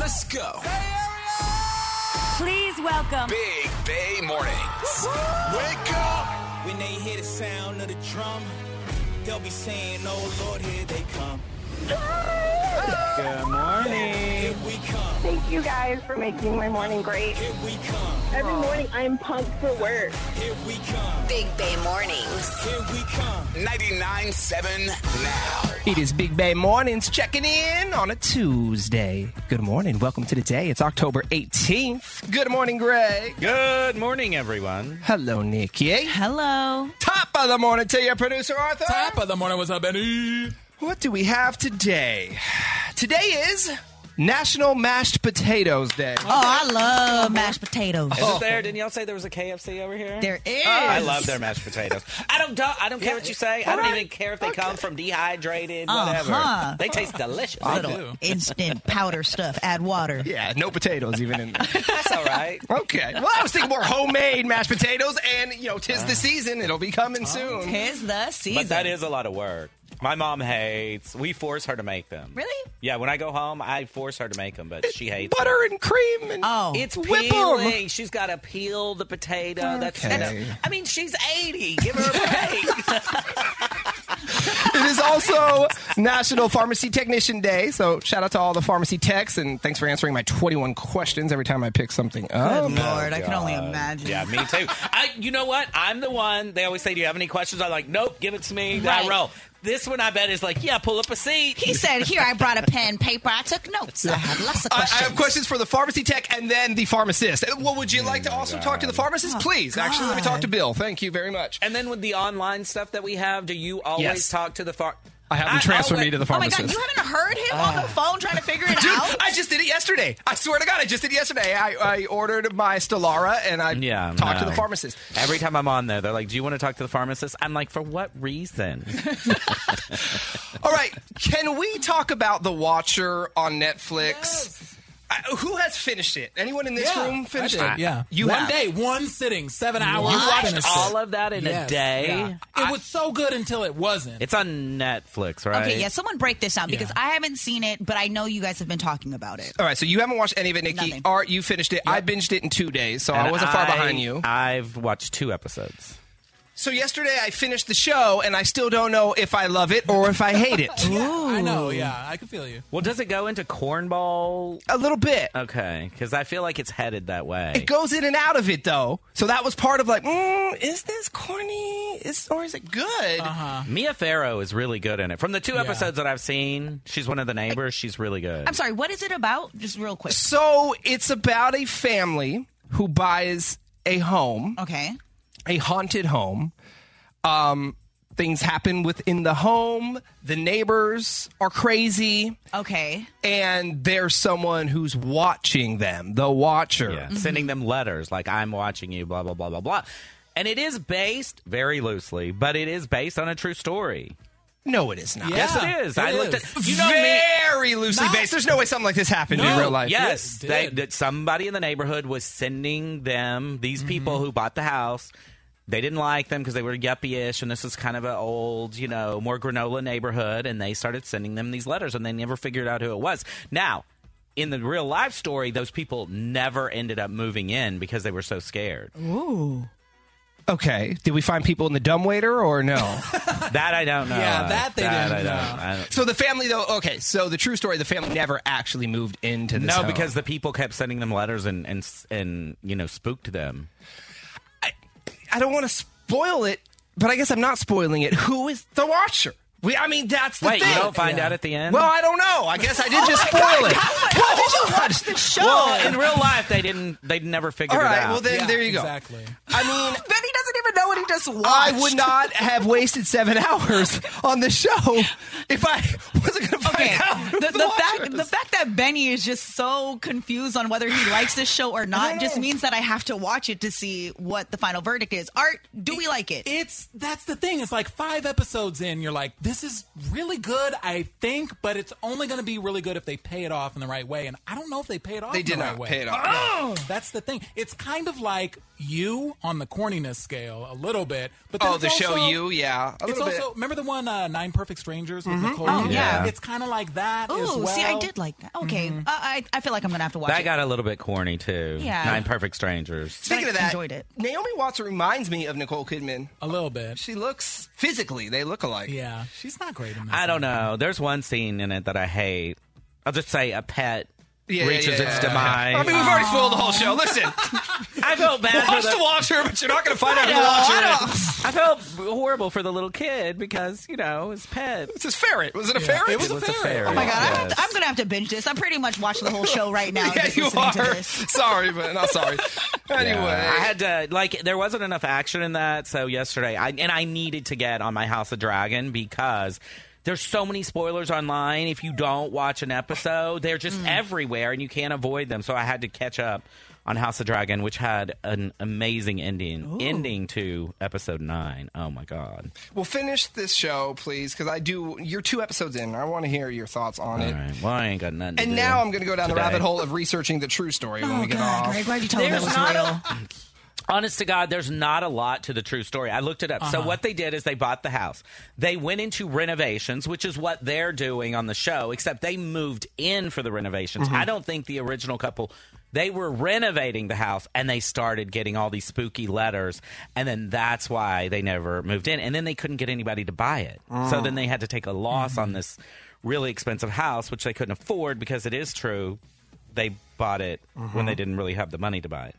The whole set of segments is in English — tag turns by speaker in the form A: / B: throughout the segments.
A: Let's go.
B: Please welcome.
A: Big Bay Mornings. Wake up.
C: When they hear the sound of the drum, they'll be saying, Oh Lord, here they come.
D: Good morning.
C: Here we come.
E: Thank you guys for making my morning great.
C: Here we come.
E: Every morning I'm pumped for work.
C: Here we come.
B: Big Bay Mornings.
C: Here we come.
A: 99.7 now.
D: It is Big Bay Mornings checking in on a Tuesday. Good morning. Welcome to the day. It's October 18th. Good morning, Greg.
F: Good morning, everyone.
D: Hello, Nikki.
B: Hello.
D: Top of the morning to your producer, Arthur.
A: Top of the morning was up, Benny.
D: What do we have today? Today is National Mashed Potatoes Day.
G: Oh, I love mashed potatoes.
D: Oh.
F: Isn't there? Didn't y'all say there was a KFC over here?
G: There is.
F: I love their mashed potatoes. I don't. do- I don't care what you say. I don't even care if they come from dehydrated. Whatever.
G: Uh-huh.
F: They taste delicious.
G: little instant powder stuff. Add water.
D: Yeah, no potatoes even in there.
F: That's all right.
D: Okay. Well, I was thinking more homemade mashed potatoes, and you know, tis
F: Uh.
D: the season; it'll be coming soon.
G: Oh, Tis the season.
F: But that is a lot of work. My mom hates. We force her to make them.
G: Really?
F: Yeah. When I go home, I force her to make them, but she hates. them.
D: Butter and cream, and
G: Oh.
F: It's
D: Whip 'em.
F: peeling. She's got to peel the potato. That's.
D: Okay.
F: I mean, she's eighty. Give her a break.
D: it is also National Pharmacy Technician Day. So shout out to all the pharmacy techs, and thanks for answering my 21 questions every time I pick something up.
G: Good Lord, I can only
D: Oh,
G: imagine.
F: Yeah, me too. I, you know what? I'm the one. They always say, "Do you have any questions?" I'm like, "Nope, give it to me." Then I
G: Right.
F: roll. This one, I bet, is like, "Yeah, pull up a seat."
G: He said, Here, I brought a pen, paper. I took notes. I had lots of
D: I, I
G: questions.
D: have questions for the pharmacy tech and then the pharmacist. Uh, Well, would you like to also talk to the
G: Oh,
D: pharmacist, please? Actually, let me talk to Bill. Thank you very much.
F: And then with the online stuff that we have, do you always
D: Yes.
F: talk to the far?
D: I Ah. have them transfer me to the
G: Oh my
D: pharmacist.
G: God, you haven't heard him on the phone trying to figure it
D: Dude,
G: out?
D: I just did it yesterday. I swear to God, I just did it yesterday. I, I ordered my Stellara and I
F: Yeah,
D: talked to
F: no.
D: the pharmacist.
F: Every time I'm on there, they're like, "Do you want to talk to the pharmacist?" I'm like, "For what reason?"
D: All right, can we talk about The Watcher on Netflix? I, who has finished it? Anyone in this
A: Yeah,
D: room finished
A: I
D: it?
A: did, yeah.
D: you
A: one
D: have.
A: day, one sitting, seven hours.
F: You watched
A: finished
F: all
A: it.
F: of that in
A: Yes,
F: a day.
A: yeah. It was so good until it wasn't.
F: It's on Netflix, right?
G: Okay, yeah, someone break this down because
A: Yeah.
G: I haven't seen it, but I know you guys have been talking about it.
D: All right, so you haven't watched any of it, Nikki.
G: Nothing.
D: Art, you finished it. I binged it in two days, so I
F: And
D: wasn't far behind you.
F: I've watched two episodes.
D: so yesterday, I finished the show, and I still don't know if I love it or if I hate it.
A: I know, yeah. I can feel you.
F: Well, does it go into cornball?
D: A little bit.
F: Eh, Okay, because I feel like it's headed that way.
D: It goes in and out of it though, so that was part of like, mm, is this corny? Is or is it good?
F: Mia Farrow is really good in it. From the two episodes that I've seen, she's one of the neighbors. She's really good.
G: I'm sorry, what is it about? Just real quick.
D: So it's about a family who buys a home,
G: Okay.
D: a haunted home. Um, things happen within the home. The neighbors are crazy,
G: Okay.
D: and there's someone who's watching them, the watcher. Mm-hmm.
F: Yeah. Sending them letters like I'm watching you, blah blah blah blah blah. And it is based very loosely, but it is based on a true story.
D: No, it is not.
A: Yeah,
F: Yes, it is. I
A: it
F: looked
A: is.
F: at you know me.
D: Very loosely based. There's no way something like this happened in
A: No.
D: real life.
F: Yes,
A: It
F: they,
A: did.
F: that somebody in the neighborhood was sending them these people who bought the house. They didn't like them because they were yuppie-ish, and this was kind of an old, you know, more granola neighborhood. And they started sending them these letters, and they never figured out who it was. Now, in the real life story, those people never ended up moving in because they were so scared.
D: Okay. Did we find people in the dumbwaiter or no?
F: That I don't know.
A: Yeah, that they
F: I
A: didn't
F: don't-
A: know.
F: I don't-
D: So the family, though, okay. So the true story: the family never actually moved into this.
F: no,
D: home.
F: because the people kept sending them letters and and and you know spooked them.
D: I don't want to spoil it, but I guess I'm not spoiling it. Who is the watcher? We, I mean, that's the
F: Wait,
D: thing.
F: you don't find out at the end.
D: well, I don't know. I guess I
G: Oh
D: did just spoil it. Well, hold on.
G: Show.
F: Well, in real life, they didn't. They never figured
D: All
F: it
D: right.
F: out.
D: Well, then
A: Yeah,
D: there you go.
A: Exactly.
D: I mean,
G: then he doesn't even know what he just watched.
D: I would not have wasted seven hours on the show if I wasn't going to find
G: Okay.
D: out. who
G: The,
D: the
G: the
D: watcher
G: fact
D: is.
G: the fact that Benny is just so confused on whether he likes this show or not just means that I have to watch it to see what the final verdict is. Art, do we like it?
A: It's that's the thing. It's like five episodes in, you're like, this is really good, I think, but it's only going to be really good if they pay it off in the right way. And I don't know if they pay it off.
D: they
A: in
D: did
A: the
D: not
A: right way.
D: pay it off.
A: That's the thing. It's kind of like you on the corniness scale a little bit, but then
D: Oh,
A: it's
D: the show
A: also-
D: you, yeah, a
A: It's
D: little bit. Mm-hmm. Oh,
A: also remember the one uh, Nine Perfect Strangers with Nicole.
G: yeah.
A: it's kind of like that as
G: Ooh,
A: well.
G: see, I did like that. Okay,
F: Mm-hmm.
G: uh, I I feel like I'm gonna have to watch
F: That
G: it.
F: got a little bit corny too.
G: Yeah.
F: Nine Perfect Strangers.
D: Speaking of that,
G: enjoyed it.
D: Naomi Watts reminds me of Nicole Kidman.
A: a little bit.
D: She looks physically, they look alike.
A: yeah, she's not great in this.
F: I don't know. There's one scene in it that I hate. I'll just say a pet
D: Yeah, yeah,
F: reaches
D: yeah,
F: its
D: yeah.
F: demise.
D: I mean, we've already spoiled the whole show. Listen,
F: I felt bad
D: watch
F: for
D: the
F: the.
D: watcher, but you're not going to find out who
F: know,
D: the watcher
F: I
D: is.
F: I felt horrible for the little kid because you know his pet.
D: It's his ferret. Was it a ferret?
A: It was a ferret.
G: Oh my god, I
F: yes.
G: have to, I'm gonna have to binge this. I pretty much watched the whole show right now.
D: Yeah,
G: just
D: you
G: listening To
D: are.
G: this.
D: Sorry, but not sorry. Anyway,
F: I had to like there wasn't enough action in that, so yesterday I and I needed to get on my House of Dragon because there's so many spoilers online. If you don't watch an episode, they're just
D: Mm.
F: everywhere and you can't avoid them. So I had to catch up on House of Dragon, which had an amazing ending ending to episode nine. Oh my god.
D: we'll finish this show, please, because I do. You're two episodes in. and I want to hear your thoughts on
F: All
D: it.
F: right. Well I ain't got nothing. to
D: And
F: do
D: now I'm going to go down the
F: today.
D: rabbit hole of researching the true story when we
G: Oh
D: get
G: god,
D: off.
G: Greg, why'd you tell me that
F: There's
G: was
F: not a-
G: real?
F: honest to God, there's not a lot to the true story. I looked it up. So what they did is they bought the house. They went into renovations, which is what they're doing on the show, except they moved in for the renovations. I don't think the original couple they were renovating the house and they started getting all these spooky letters and then that's why they never moved in and then they couldn't get anybody to buy it. So then they had to take a loss on this really expensive house which they couldn't afford because it is true they bought it when they didn't really have the money to buy it.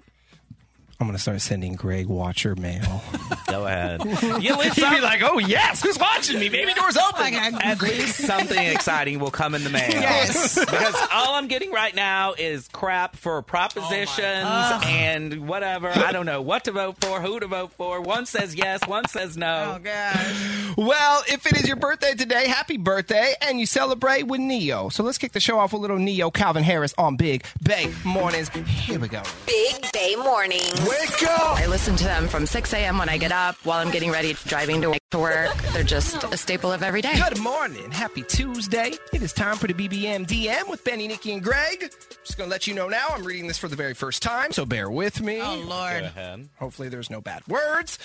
D: I'm going to start sending Greg Watcher mail.
F: Go ahead. You leave
D: He'd
F: some-
D: be like, "Oh yes, who's watching me? Baby door's
G: Oh my
D: open."
G: god.
F: at least something exciting will come in the mail.
G: Yes.
F: Because all I'm getting right now is crap for
G: Oh,
F: propositions and whatever. I don't know what to vote for, who to vote for. One says yes, one says
G: Oh
F: no.
G: god.
D: Well, if it is your birthday today, happy birthday, and you celebrate with Neo. So let's kick the show off with a little Neo Calvin Harris on Big Bay Mornings. Here we go.
B: Big Bay Mornings.
D: Wake up!
H: I listen to them from 6 a.m. when I get up, while I'm getting ready, driving to to work. They're just a staple of every day.
D: Good morning. Happy Tuesday. It is time for the BBM DM with Benny, Nikki, and Greg. Just going to let you know now, I'm reading this for the very first time, so bear with me.
G: Oh lord.
D: Hopefully, there's no bad words.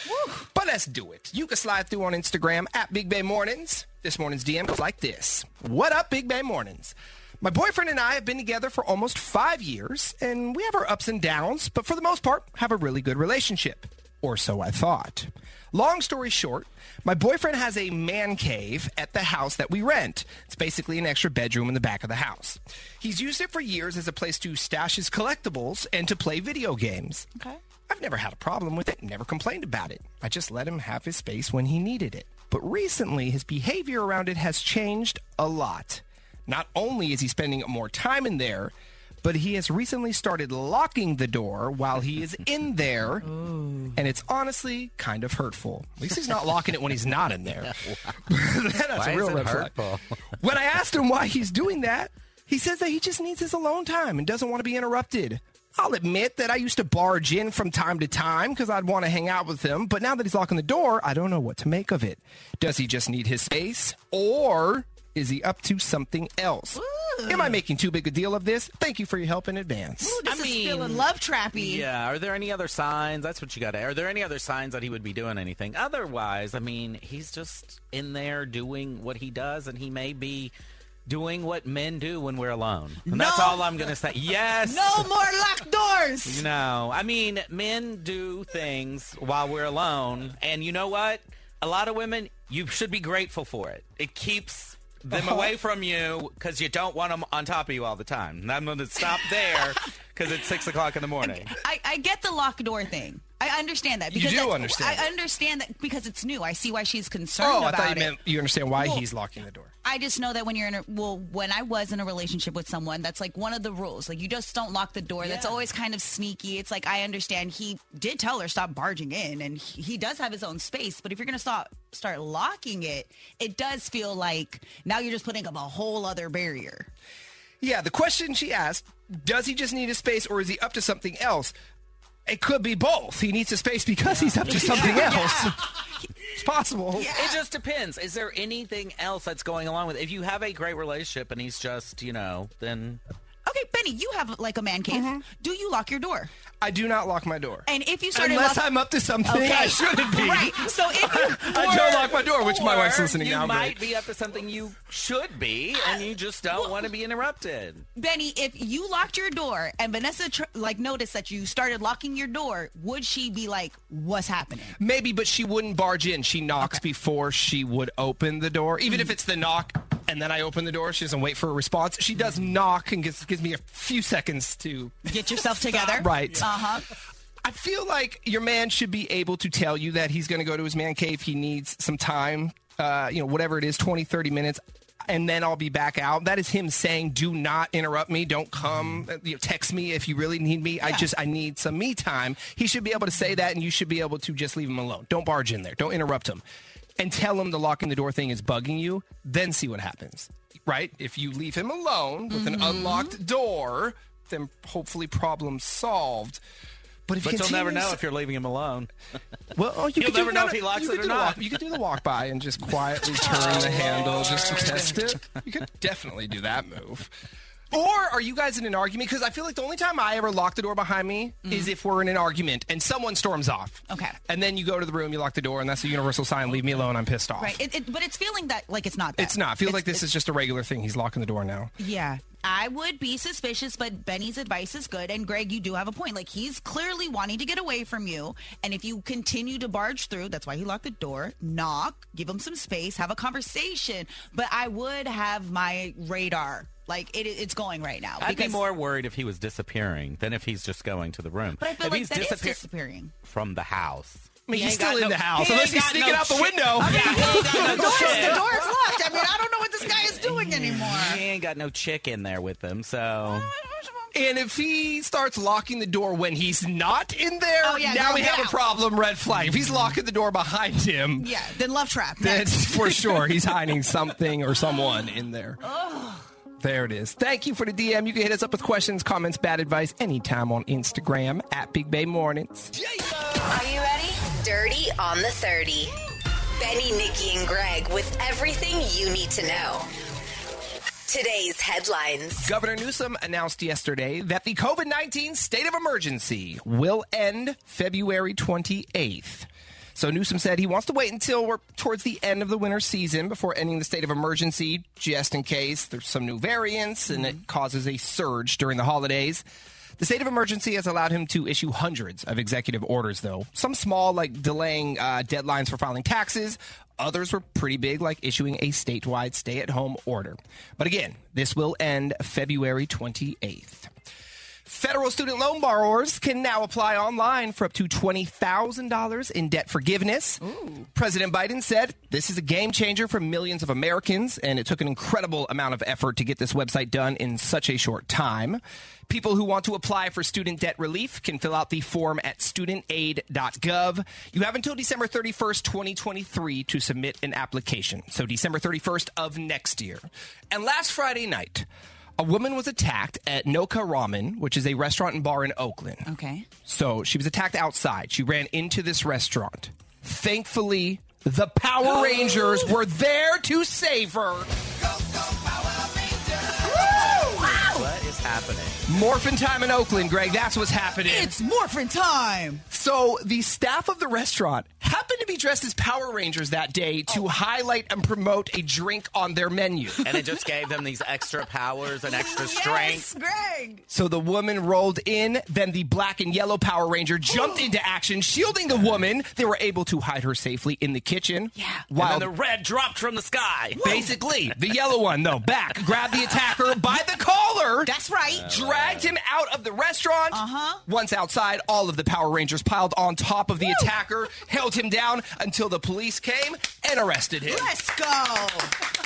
D: But let's do it. You can slide through on Instagram at Big Bay Mornings. This morning's DM goes like this What up, Big Bay Mornings? My boyfriend and I have been together for almost five years, and we have our ups and downs, but for the most part, have a really good relationship. Or so I thought. Long story short, my boyfriend has a man cave at the house that we rent. It's basically an extra bedroom in the back of the house. He's used it for years as a place to stash his collectibles and to play video games. Okay. I've never had a problem with it, never complained about it. I just let him have his space when he needed it. But recently, his behavior around it has changed a lot. Not only is he spending more time in there, but he has recently started locking the door while he is in there. And it's honestly kind of hurtful. At least he's not locking it when he's not in there. That's a
F: Why is
D: real
F: it
D: red flag.
F: hurtful?
D: When I asked him why he's doing that, he says that he just needs his alone time and doesn't want to be interrupted. I'll admit that I used to barge in from time to time because I'd want to hang out with him, but now that he's locking the door, I don't know what to make of it. Does he just need his space or is he up to something else? Am I making too big a deal of this? Thank you for your help in advance.
G: Ooh, This
F: I
G: is
F: mean-
G: feeling love trappy.
F: Yeah. Are there any other signs? That's what you got to. Are there any other signs that he would be doing anything? Otherwise, I mean, he's just in there doing what he does, and he may be doing what men do when we're alone. And that's
G: No.
F: all I'm going to say. Yes.
G: No more locked doors.
F: No, I mean, men do things while we're alone, and you know what? A lot of women, you should be grateful for it. It keeps them away from you because you don't want them on top of you all the time. And I'm going to stop there because it's six o'clock in the morning.
G: I, I get the locked door thing. I understand that
D: You
G: because
D: do
G: that's-
D: understand
G: I
D: it.
G: understand that because it's new. I see why she's concerned
D: Oh, I
G: about
D: thought you
G: it.
D: meant you understand why
G: Well-
D: he's locking the door.
G: I just know that when you're in a well, when I was in a relationship with someone, that's like one of the rules. Like you just don't lock the door. That's always kind of sneaky. It's like I understand he did tell her stop barging in, and he, he does have his own space. But if you're gonna stop start locking it, it does feel like now you're just putting up a whole other barrier.
D: Yeah, the question she asked, does he just need his space or is he up to something else? It could be both. He needs his space because he's up to something else. It's possible.
F: It just depends. Is there anything else that's going along with it? If you have a great relationship and he's just, you know, then
G: Okay, Benny, Cody, you have like a man cave. Do you lock your door?
D: Mm-hmm. I do not lock my door.
G: And if you started
D: Unless
G: lock-
D: I'm up to something I shouldn't be.
G: Right. So if you
D: I don't lock my door, which my wife's
F: Or
D: listening
F: you
D: now. but-
F: might be up to something you should be, and you just don't want to be interrupted.
G: Benny, if you locked your door and Vanessa tr- like noticed that you started locking your door, would she be like, "What's happening?"
D: Maybe, but she wouldn't barge in. She knocks before she would open the door. Even if it's the knock and then I open the door, she doesn't wait for a response. She does knock and gives, gives me a few seconds to.
G: Get yourself together.
D: Right.
G: Uh huh.
D: I feel like your man should be able to tell you that he's going to go to his man cave. He needs some time, uh, you know, whatever it is, 20, 30 minutes. And then I'll be back out. That is him saying, "Do not interrupt me. Don't come. uh, You know, text me if you really need me. I just I need some me time." He should be able to say that, and you should be able to just leave him alone. Don't barge in there. Don't interrupt him, and tell him the locking the door thing is bugging you. Then see what happens. Right? If you leave him alone with an unlocked door, then hopefully problem solved. But if
F: But
D: you
F: you'll never
D: continue-
F: know if you're leaving him alone.
D: well, oh, you
F: You'll
D: could do
F: never know
D: one
F: if
D: of-
F: he locks
D: you
F: it
D: could
F: or
D: do the
F: not. Oh.
D: walk- you could do the walk by and just quietly turn the handle just to test it. You could definitely do that move. Or are you guys in an argument? Because I feel like the only time I ever lock the door behind me
F: Mm-hmm.
D: is if we're in an argument and someone storms off.
G: Okay.
D: And then you go to the room, you lock the door, and that's a universal sign. Leave me alone. I'm pissed off.
G: Right. It, it, but it's feeling that like it's not. That.
D: It's not. It feels like this is just a regular thing. He's locking the door now.
G: Yeah. I would be suspicious, but Benny's advice is good. And Greg, you do have a point. Like, he's clearly wanting to get away from you. And if you continue to barge through, that's why he locked the door, knock, give him some space, have a conversation. But I would have my radar. Like, it, it's going right now.
F: I'd be more worried if he was disappearing than if he's just going to the room.
G: But I feel
F: if
G: like
F: he's
G: that is
F: disappear-
G: disappearing.
F: from the house.
D: I mean, he's
F: ain't got
D: still in
F: no-
D: the house.
F: he
D: Unless
F: ain't
D: he's
F: got
D: sneaking
F: no
D: out the
F: shit.
D: window.
G: The door's, the door's locked. I mean, I don't know what this guy is doing
F: He
G: anymore.
F: ain't got no chick in there with him, so
D: And if he starts locking the door when he's not in there,
G: Oh, yeah,
D: now
G: girl,
D: we
G: get
D: have a
G: out.
D: problem. Red flag. If he's
F: Mm-hmm.
D: locking the door behind him,
G: Yeah, then love trap.
D: that's for sure. He's hiding something or someone in there.
G: Oh,
D: There it is. Thank you for the DM. You can hit us up with questions, comments, bad advice anytime on Instagram at Big Bay Mornings.
B: Are you ready? Dirty on the 30. Benny, Nikki, and Greg with everything you need to know. Today's headlines.
D: Governor Newsom announced yesterday that the COVID 19 state of emergency will end February 28th. So Newsom said he wants to wait until we're towards the end of the winter season before ending the state of emergency, just in case there's some new variants and it causes a surge during the holidays. The state of emergency has allowed him to issue hundreds of executive orders, though. Some small, like delaying uh, deadlines for filing taxes. Others were pretty big, like issuing a statewide stay at home order. But again, this will end February 28th. Federal student loan borrowers can now apply online for up to $20,000 in debt forgiveness. President Biden said this is a game changer for millions of Americans, and it took an incredible amount of effort to get this website done in such a short time. People who want to apply for student debt relief can fill out the form at studentaid.gov. You have until December 31st, 2023 to submit an application. So, December 31st of next year. And last Friday night, a woman was attacked at Noka Ramen, which is a restaurant and bar in Oakland.
G: Okay.
D: So she was attacked outside. She ran into this restaurant. Thankfully, the Power Rangers were there to save her.
F: what is happening?
D: Morphin time in Oakland, Greg. That's what's happening.
G: It's morphin' time.
D: so the staff of the restaurant happened to be dressed as Power Rangers that day
G: Oh.
D: to highlight and promote a drink on their menu.
F: And it just gave them these extra powers and extra
G: Yes,
F: strength.
G: Greg.
D: So the woman rolled in, then the black and yellow Power Ranger jumped into action, shielding the woman. They were able to hide her safely in the kitchen. Yeah. While
F: And then the red dropped from the sky.
D: basically the yellow one, though, back, grabbed the attacker by the collar.
G: That's right.
D: Dragged him out of the restaurant. Uh-huh. Once outside, all of the Power Rangers piled on top of the attacker, held him down until the police came and arrested him.
G: Let's go.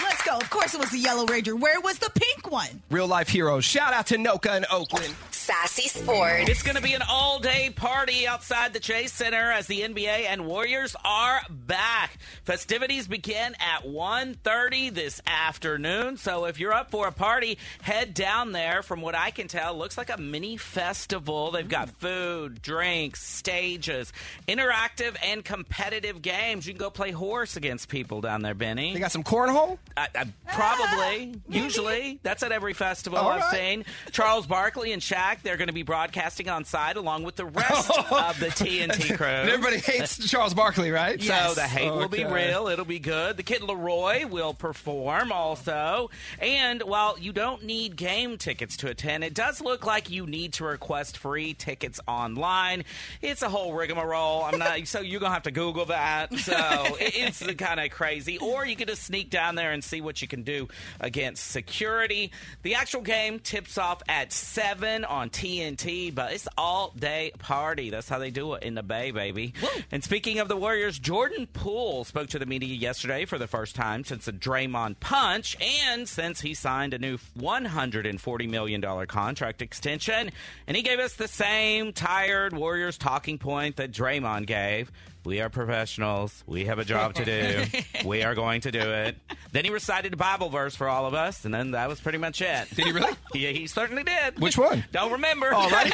G: Let's go. Of course, it was the Yellow Ranger. Where was the pink one?
D: Real life heroes. Shout out to Noka and Oakland.
B: Sassy Sport.
F: It's going to be an all day party outside the Chase Center as the NBA and Warriors are back. Festivities begin at 1.30 this afternoon. So if you're up for a party, head down there from what I can tell, looks like a mini festival. They've got
D: Mm.
F: food, drinks, stages, interactive and competitive games. You can go play horse against people down there, Benny.
D: They got some cornhole.
F: I, I, probably, usually. That's at every festival
D: All
F: I've
D: right.
F: seen. Charles Barkley and Shaq, they're going to be broadcasting on site along with the rest
D: Oh,
F: of the TNT crew.
D: And everybody hates Charles Barkley, right?
F: So the hate will be
D: Okay.
F: real. It'll be good. The kid Leroy will perform also. And while you don't need game tickets to attend, it does look like you need to request free tickets online. It's a whole rigmarole. I'm not so you're gonna have to Google that. So it- it's kind of crazy. Or you could just sneak down there and see what you can do against security. The actual game tips off at seven on TNT, but it's all day party. That's how they do it in the Bay, baby. And speaking of the Warriors, Jordan Poole spoke to the media yesterday for the first time since the Draymond punch and since he signed a new $140 million contract extension. And he gave us the same tired Warriors talking point that Draymond gave. We are professionals. We have a job to do. we are going to do it. Then he recited a Bible verse for all of us, and then that was pretty much it.
D: Did he really?
F: Yeah, he certainly did.
D: Which one?
F: Don't remember. All right.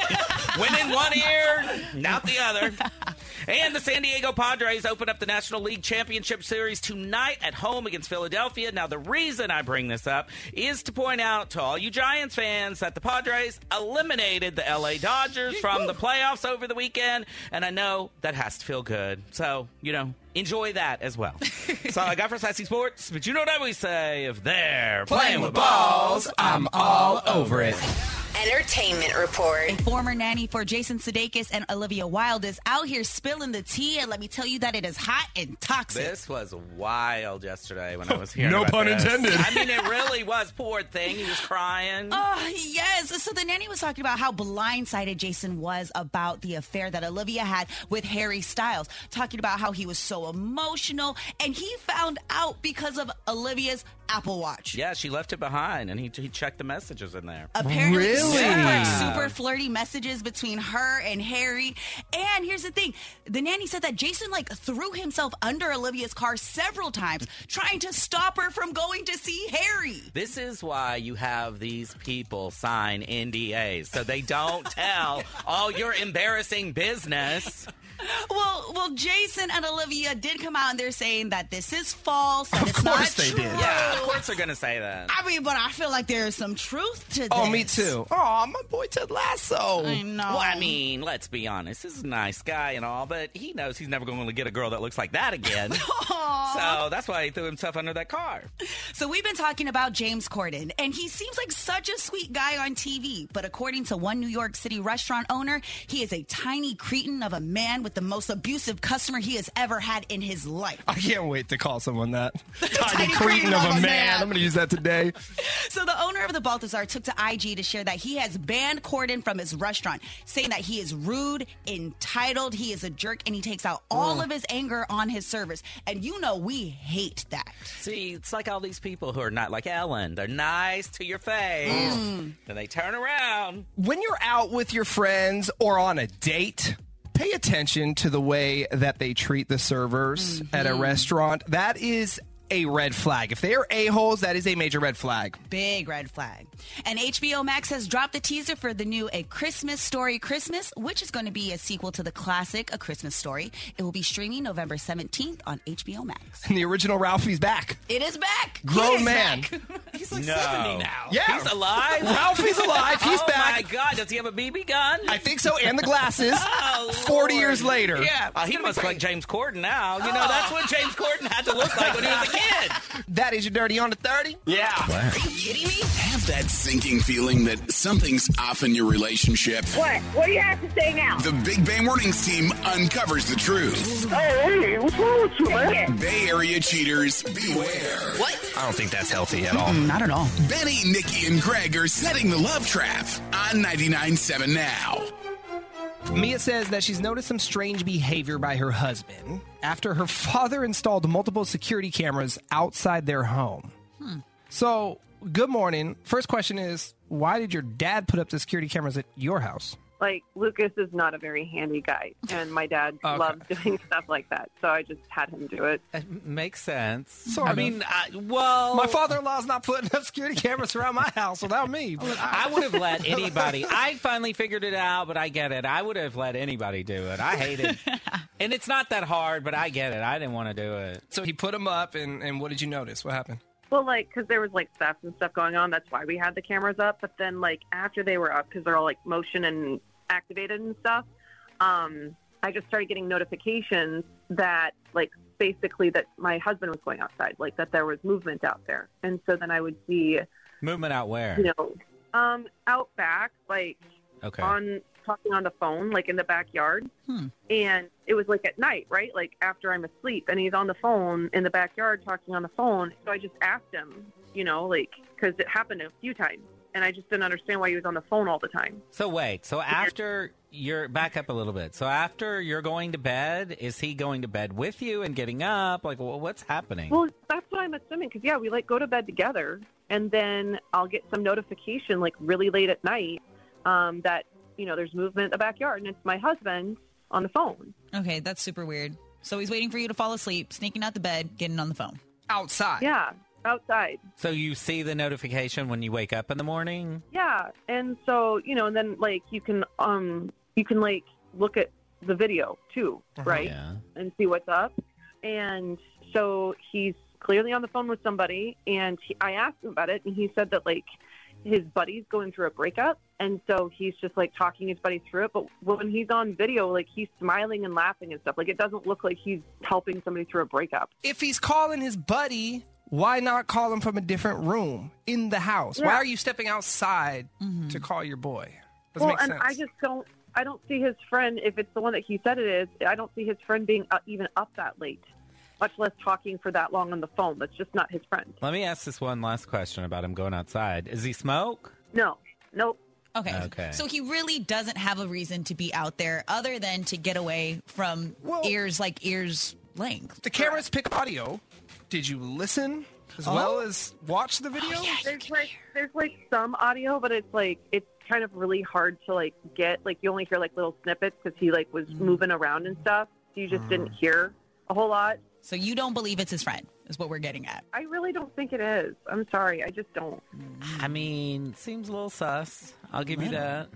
F: Went in one ear, not the other. And the San Diego Padres open up the National League Championship Series tonight at home against Philadelphia. Now, the reason I bring this up is to point out to all you Giants fans that the Padres eliminated the LA Dodgers from the playoffs over the weekend. And I know that has to feel good. So, you know, enjoy that as well. That's all I got for Sassy Sports. But you know what I always say if they're playing with balls,
D: I'm all over it.
B: Entertainment Report.
G: Former nanny for Jason Sudeikis and Olivia Wilde is out here spilling the tea, and let me tell you that it is hot and toxic.
F: This was wild yesterday when I was here.
D: No pun intended.
F: I mean, it really was. Poor thing. He was crying.
G: Oh, yes. So the nanny was talking about how blindsided Jason was about the affair that Olivia had with Harry Styles, talking about how he was so emotional, and he found out because of Olivia's Apple Watch.
F: Yeah, she left it behind, and he, he checked the messages in there.
G: Apparently,
D: Really?
G: super,
D: Yeah.
G: super flirty messages between her and Harry. And here's the thing the nanny said that Jason, like, threw himself under Olivia's car several times, trying to stop her from going to see Harry.
F: This is why you have these people sign NDAs so they don't tell all your embarrassing business.
G: Well, well, Jason and Olivia did come out and they're saying that this is false. That it's
D: course
G: not
D: they
G: true.
D: did.
F: Yeah, of course they're going to say that.
G: I mean, but I feel like there is some truth to this.
D: Oh, me too. Oh, my boy Ted Lasso.
G: I know.
F: Well, I mean, let's be honest. This is a nice guy and all, but he knows he's never going to get a girl that looks like that again. so that's why he threw himself under that car.
G: So we've been talking about James Corden, and he seems like such a sweet guy on TV. But according to one New York City restaurant owner, he is a tiny cretin of a man with the most abusive customer he has ever had in his life.
D: I can't wait to call someone that. Tiny,
G: Tiny
D: cretin
G: cretin
D: of
G: of
D: a
G: a
D: man.
G: man.
D: I'm going to use that today.
G: So the owner of the Balthazar took to IG to share that he has banned Corden from his restaurant, saying that he is rude, entitled, he is a jerk, and he takes out all of his anger on his servers. And you know we hate that.
F: See, it's like all these people who are not like Ellen. They're nice to your face,
D: Mm.
F: then they turn around.
D: when you're out with your friends or on a date, pay attention to the way that they treat the servers at a
F: Mm-hmm.
D: restaurant. That is a red flag. If they are a-holes, that is a major red flag.
G: Big red flag. And HBO Max has dropped the teaser for the new A Christmas Story Christmas, which is going to be a sequel to the classic A Christmas Story. It will be streaming November 17th on HBO Max.
D: And the original Ralphie's back.
G: It is back. He
D: Grown
G: is
D: man.
G: back.
A: He's like
F: No.
A: 70 now.
D: Yeah.
F: He's alive.
D: Ralphie's alive. He's
F: oh
D: back.
F: my God, does he have a BB gun? Oh,
D: I think so. And the glasses. 40 years later. Uh,
F: Yeah, he must look like James Corden now. Oh,
D: Ah.
F: You
D: Oh.
F: know, that's what James Corden had to look like when he was a kid.
D: That is your dirty on the 30.
F: Yeah.
B: Are you kidding me?
I: Have that sinking feeling that something's off in your relationship.
E: What? What do you have to say now?
I: The Big Bang Warnings team uncovers the truth.
E: hey, what's wrong with you, man?
I: Bay Area cheaters, beware. Mm-hmm.
B: What?
D: I don't think that's healthy at all.
G: Mm, Not at all.
I: Benny, Nikki, and Greg are setting the love trap on 99.7 now.
D: Mia says that she's noticed some strange behavior by her husband after her father installed multiple security cameras outside their home.
E: Hmm.
D: So, good morning. First question is why did your dad put up the security cameras at your house?
J: like Lucas is not a very handy guy, and my dad
F: Okay.
J: loves doing stuff like that. So I just had him do it.
F: Makes sense.
D: Sort
F: I
D: of.
F: mean, I, well,
D: My father-in-law's not putting up security cameras around my house without me. but I-
F: I would have let anybody. I finally figured it out, but I get it. I would have let anybody do it. I hate it, and it's not that hard. But I get it. I didn't want to do it.
D: so he put them up, and, and what did you notice? What happened?
J: Well, like, because there was like theft and stuff going on. That's why we had the cameras up. But then, like, after they were up, because they're all like motion and activated and stuff, um, I just started getting notifications that, like, basically that my husband was going outside, like, that there was movement out there. And so then I would see,
F: Movement out where?
J: you know, um, out back, like,
F: Okay.
J: on talking on the phone, like in the backyard.
G: Hmm.
J: And it was like at night, right? Like after I'm asleep, and he's on the phone in the backyard talking on the phone. So I just asked him, you know, like because it happened a few times, and I just didn't understand why he was on the phone all the time.
F: So wait. So after you're back up a little bit. So after you're going to bed, is he going to bed with you and getting up? Like, wh- what's happening?
J: Well, that's what I'm assuming because yeah, we like go to bed together, and then I'll get some notification like really late at night um, that you know there's movement in the backyard, and it's my husband on the phone.
G: Okay, that's super weird. So he's waiting for you to fall asleep, sneaking out the bed, getting on the phone.
D: Outside.
J: Yeah, outside.
F: so you see the notification when you wake up in the morning.
J: Yeah, and so you know, and then like you can um you can like look at the video too,
D: Uh-huh.
J: right,
F: Yeah.
J: and see what's up. And so he's clearly on the phone with somebody, and he, I asked him about it, and he said that like his buddy's going through a breakup, and so he's just like talking his buddy through it. But when he's on video, like he's smiling and laughing and stuff. Like it doesn't look like he's helping somebody through a breakup.
D: If he's calling his buddy, why not call him from a different room in the house? Why
J: Yeah.
D: are you stepping outside to call your boy? Doesn't
J: well,
D: make
J: and
D: sense.
J: I just don't. I don't see his friend if it's the one that he said it is. I don't see his friend being uh, even up that late, much less talking for that long on the phone. That's just not his friend.
F: Let me ask this one last question about him going outside. Is he smoke?
J: No, nope.
G: Okay.
F: Okay.
G: So he really doesn't have a reason to be out there other than to get away from
D: Well-
G: ears like ears length.
D: the cameras pick audio. Did you listen as
J: Oh.
D: well as watch the video?
J: There's like there's like some audio, but it's like it's kind of really hard to like get. Like you only hear like little snippets because he like was moving around and stuff. So you
G: Mm.
J: just didn't hear a whole lot.
G: So you don't believe it's his friend, is what we're getting at.
J: I really don't think it is. I'm sorry, I just don't.
F: I mean, seems a little sus. I'll give you that.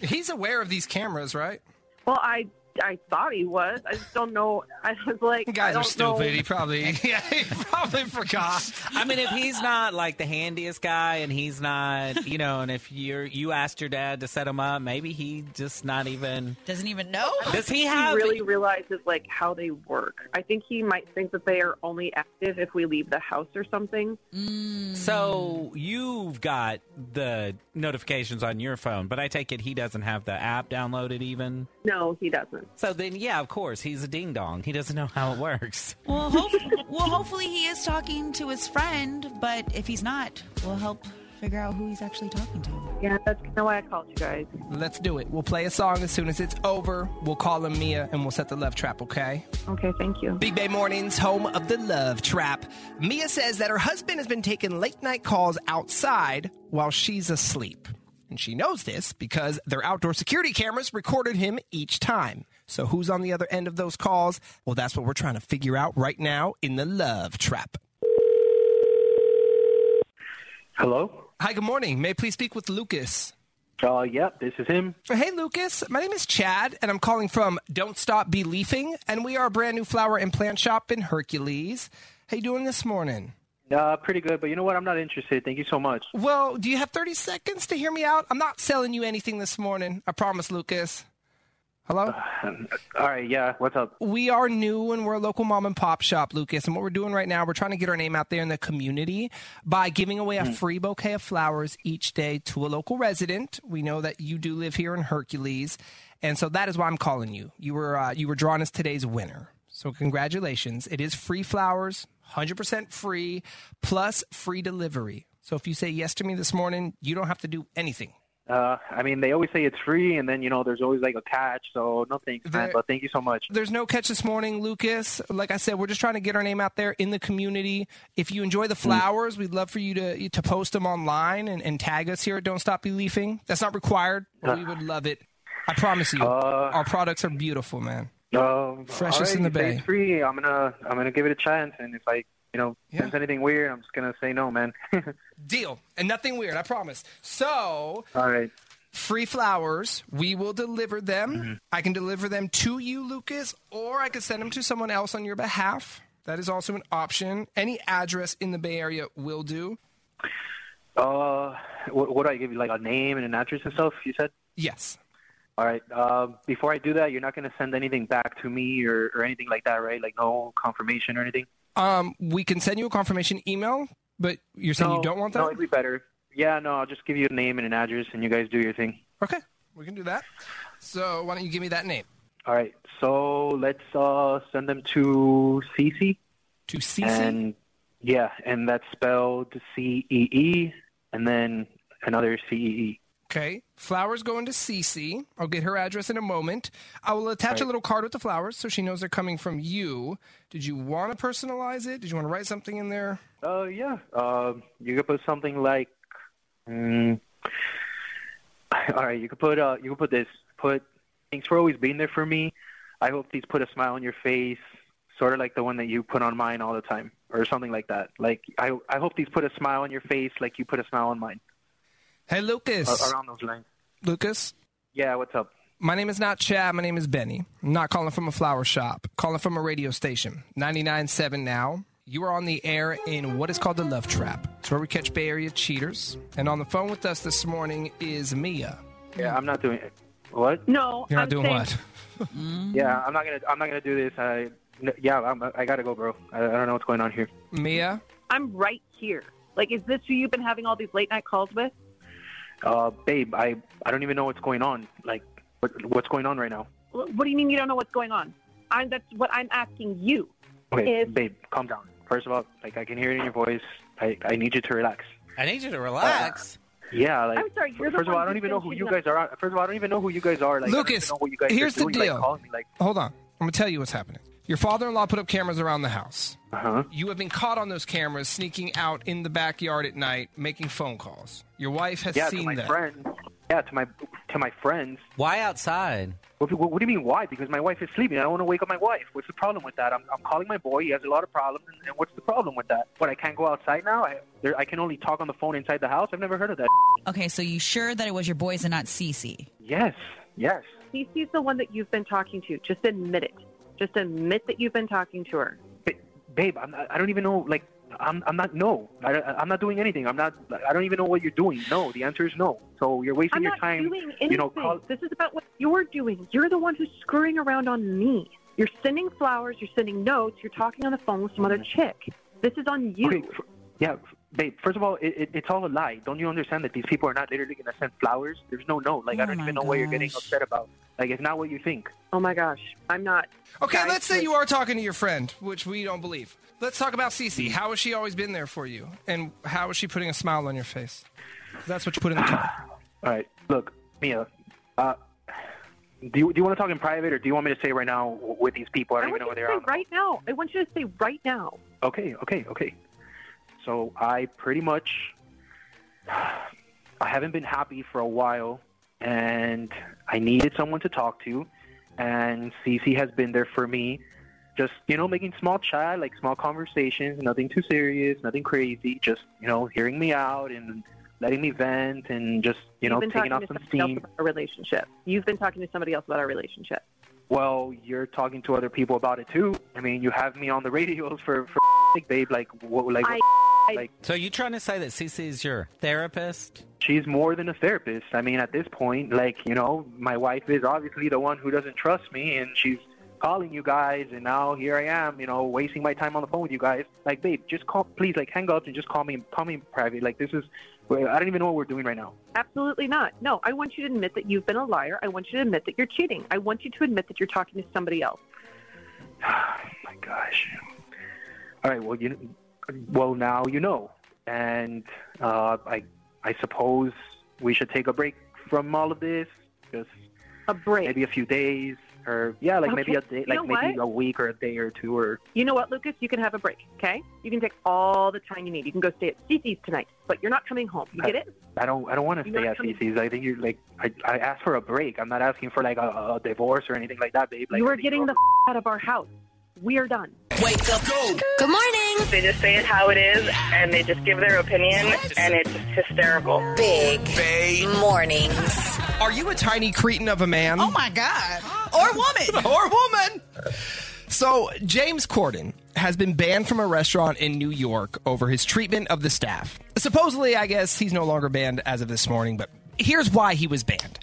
D: He's aware of these cameras, right?
J: Well, I I thought he was. I just don't know. I was like, I
D: Guys are
J: don't know.
D: stupid. He probably, yeah, he probably forgot.
F: I mean, if he's not like the handiest guy, and he's not, you know, and if you're you asked your dad to set him up, maybe he just not even.
G: Doesn't even know.
F: Does he
J: he
F: have?
J: really realizes like how they work. I think he might think that they are only active if we leave the house or something.
F: so you've got the notifications on your phone, but I take it he doesn't have the app downloaded even.
J: No, he doesn't.
F: So then, yeah, of course, he's a ding dong. He doesn't know how it works.
G: Well, hope, well, hopefully he is talking to his friend, but if he's not, we'll help figure out who he's actually talking to.
J: Yeah, that's kind of why I called you guys.
D: Let's do it. We'll play a song as soon as it's over. We'll call him Mia and we'll set the love trap, okay?
J: Okay, thank you.
D: Big Bay Mornings, home of the love trap. Mia says that her husband has been taking late night calls outside while she's asleep. And she knows this because their outdoor security cameras recorded him each time. So who's on the other end of those calls? Well, that's what we're trying to figure out right now in the love trap.
K: Hello?
D: Hi, good morning. May I please speak with Lucas?
K: Uh, yep, this is him.
D: Hey, Lucas. My name is Chad, and I'm calling from Don't Stop Beliefing, and we are a brand new flower and plant shop in Hercules. How you doing this morning?
K: Uh, pretty good, but you know what? I'm not interested. Thank you so much.
D: Well, do you have 30 seconds to hear me out? I'm not selling you anything this morning. I promise, Lucas. Hello?
K: All right, yeah, what's up?
D: we are new and we're a local mom and pop shop, Lucas. And what we're doing right now, we're trying to get our name out there in the community by giving away a free bouquet of flowers each day to a local resident. We know that you do live here in Hercules, and so that is why I'm calling you. You were uh, you were drawn as today's winner. So congratulations! It is free flowers, 100% free, plus free delivery. So if you say yes to me this morning, you don't have to do anything.
K: Uh, I mean, they always say it's free, and then, you know, there's always like a catch, so no thanks, man,
D: There-
K: but thank you so much.
D: there's no catch this morning, Lucas. Like I said, we're just trying to get our name out there in the community. If you enjoy
K: Mm.
D: the flowers, we'd love for you to to
K: Uh.
D: post them online and, and tag us here at Don't Stop Believing. That's not required, but we would love it. I promise you, our products are beautiful, man.
K: Um, alright,
D: Freshest in the
K: you say
D: Bay.
K: It's free. I'm gonna I'm gonna give it a chance, and if I you know sense anything weird, I'm just gonna say no, man.
D: Deal. And nothing weird, I promise. So,
K: All right.
D: free flowers. We will deliver them.
K: Mm-hmm.
D: I can deliver them to you, Lucas, or I could send them to someone else on your behalf. That is also an option. Any address in the Bay Area will do.
K: Uh, what, what do I give you? Like a name and an address and stuff? You said.
D: Yes.
K: All right. Uh, before I do that, you're not gonna send anything back to me or, or anything like that, right? Like no confirmation or anything.
D: Um, we can send you a confirmation email, but you're saying you
K: No,
D: don't want that?
K: No, it'd be better. Yeah, no, I'll just give you a name and an address, and you guys do your thing.
D: Okay, we can do that. So, why don't you give me that name?
K: All right. So let's uh, send them to Cece.
D: To Cece?
K: And, yeah, and that's spelled C E E, and then another C E E.
D: Okay. Flowers going to Cece. I'll get her address in a moment. I will attach a little card with the flowers so she knows they're coming from you. Did you want to personalize it? Did you want to write something in there?
K: Uh, yeah. Um, you could put something like. Mm, all right, you could put uh, you could put this. Put thanks for always being there for me. I hope these put a smile on your face, sort of like the one that you put on mine all the time, or something like that. Like I, I hope these put a smile on your face, like you put a smile on mine.
D: Hey, Lucas.
K: A- around those lines.
D: Lucas?
K: Yeah, what's up?
D: My name is not Chad. My name is Benny. I'm not calling from a flower shop. Calling from a radio station. 99.7 now. You are on the air in what is called the Love Trap. It's where we catch Bay Area cheaters. And on the phone with us this morning is Mia.
K: Yeah, I'm not doing it. What?
J: No,
D: You're not
J: I'm
D: doing
J: saying-
D: what?
K: Yeah, I'm not gonna, I'm not gonna do this. I, n- yeah, I'm, I gotta go, bro. I, I don't know what's going on here.
D: Mia?
J: I'm right here. Like, is this who you've been having all these late night calls with?
K: Uh, babe, I, I don't even know what's going on. Like, what, what's going on right now?
J: Wh- What do you mean you don't know what's going on? I'm that's what I'm asking you.
K: Okay,
J: If-
K: babe, calm down. First of all, like I can hear it in your voice. I, I need you to relax.
F: I need you to relax.
K: Uh, Yeah, like
J: I'm sorry, you're the
K: first of all,
J: one
K: I don't
J: who
K: even know
J: said
K: who
J: she's
K: you
J: not-
K: guys are. First of all, I don't even know who you guys are. Like, I don't
D: Lucas,
K: even know what you guys are
D: here's the
K: doing, like,
D: deal.
K: calling me, like,
D: Hold on. I'm going to tell you what's happening. Your father in law put up cameras around the house.
K: Uh-huh.
D: You have been caught on those cameras sneaking out in the backyard at night making phone calls. Your wife has
K: yeah,
D: seen
K: to my
D: that.
K: friends. Yeah, to my to my friends.
F: Why outside?
K: What, what, what do you mean? Why? Because my wife is sleeping. I don't want to wake up my wife. What's the problem with that? I'm, I'm calling my boy. He has a lot of problems. And, and what's the problem with that? What? I can't go outside now. I there, I can only talk on the phone inside the house. I've never heard of that.
G: Okay, so you sure that it was your boys and not Cece?
K: Yes. Yes.
J: Cece's the one that you've been talking to. Just admit it. Just admit that you've been talking to her.
K: babe, I'm not, I don't even know. Like, I'm, I'm not. No, I, don't- I'm not doing anything. I'm not. I don't even know what you're doing. No, the answer is no. So you're wasting
J: I'm
K: your
J: not
K: time.
J: doing anything.
K: You know, call,
J: this is about what you're doing. You're the one who's screwing around on me. You're sending flowers. You're sending notes. You're talking on the phone with some other chick. This is on you.
K: Mm-hmm. Okay, f- yeah, f- babe. First of all, it, it, it's all a lie. Don't you understand that these people are not literally gonna send flowers? There's no no. Like, I
J: Oh
K: don't
J: my
K: even know what you're getting
J: gosh.
K: upset about. Like, it's not what you think.
J: Oh my gosh, I'm not.
D: Okay, let's say you are talking to your friend, which we don't believe. Let's talk about Cece. How has she always been there for you? And how is she putting a smile on your face? That's what you put in the card.
K: All right, look, Mia. Uh, do you, do you want to talk in private, or do you want me to say right now w- with these people? I don't
J: I
K: even
J: want
K: know where they
J: you
K: are.
J: to
K: on
J: say right now. I want you to say right now.
K: Okay, okay, okay. So I pretty much I haven't been happy for a while and I needed someone to talk to and Cece has been there for me. Just, you know, making small chat, like small conversations, nothing too serious, nothing crazy, just, you know, hearing me out and letting me vent and just, you know,
J: You've been
K: taking
J: talking
K: off
J: to
K: some
J: somebody else
K: steam.
J: about our relationship. You've been talking to somebody else about our relationship.
K: Well, you're talking to other people about it too. I mean, you have me on the radios for, for babe, like, what, like,
J: I, I,
F: So you trying to say that Cece is your therapist?
K: she's more than a therapist. I mean, at this point, like, you know, my wife is obviously the one who doesn't trust me, and she's calling you guys, and now here I am, you know, wasting my time on the phone with you guys. Like, babe, just call, please, like, hang up and just call me, call me in private. Like, this is, I don't even know what we're doing right now.
J: absolutely not. No, I want you to admit that you've been a liar. I want you to admit that you're cheating. I want you to admit that you're talking to somebody else.
K: my gosh. All right. Well, you. Well, now you know, and uh, I. I suppose we should take a break from all of this. Just
J: a break.
K: Maybe a few days. or yeah, like maybe a
J: Okay.
K: day,
J: You
K: like
J: know
K: maybe
J: what?
K: a week or a day or two or
J: You know what, Lucas? You can have a break, okay? You can take all the time you need. You can go stay at Cece's tonight, but you're not coming home. You get it?
K: I don't. I don't want to
J: You're
K: stay
J: not
K: at
J: coming-
K: CC's. I think you're like. I, I asked for a break. I'm not asking for like a, a divorce or anything like that, babe. Like,
J: you are getting the f- out of our house. We are done.
B: Wake up. Go. Good morning.
E: They just say it how it is, and they just give their opinion, and it's hysterical.
B: Big Bay Mornings.
D: Are you a tiny cretin of a man?
G: Oh my God. Or woman.
D: or woman. So, James Corden has been banned from a restaurant in New York over his treatment of the staff. Supposedly, I guess he's no longer banned as of this morning, but here's why he was banned.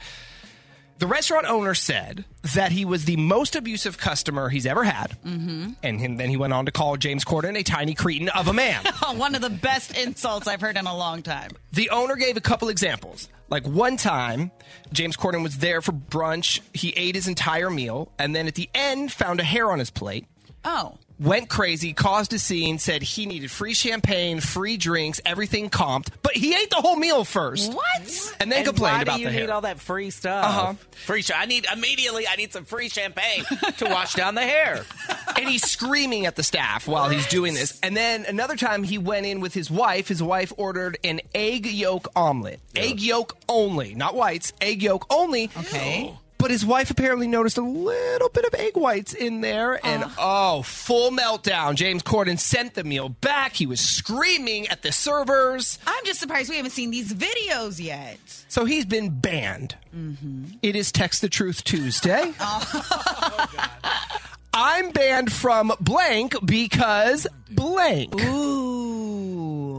D: The restaurant owner said that he was the most abusive customer he's ever had. Mm-hmm. And him- then he went on to call James Corden a tiny cretin of a man.
G: One of the best insults I've heard in a long time.
D: The owner gave a couple examples. Like one time, James Corden was there for brunch. He ate his entire meal and then at the end found a hair on his plate,
G: Oh.
D: went crazy, caused a scene, said he needed free champagne, free drinks, everything comped, but he ate the whole meal first.
G: What?
D: And then
F: And
D: complained
F: why
D: about
F: do you
D: the hair.
F: need all that free stuff?
D: Uh-huh.
F: Free. Sh- I need immediately. I need some free champagne to wash down the hair.
D: and he's screaming at the staff while he's doing this. And then another time he went in with his wife. His wife ordered an egg yolk omelet. Egg yolk only, not whites, egg yolk only.
G: Okay.
D: But his wife apparently noticed a little bit of egg whites in there. And
F: Uh.
D: oh, full meltdown. James Corden sent the meal back. He was screaming at the servers.
G: I'm just surprised we haven't seen these videos yet.
D: So he's been banned.
G: Mm-hmm.
D: It is Text the Truth Tuesday.
G: Oh,
D: I'm banned from blank because blank.
G: Ooh.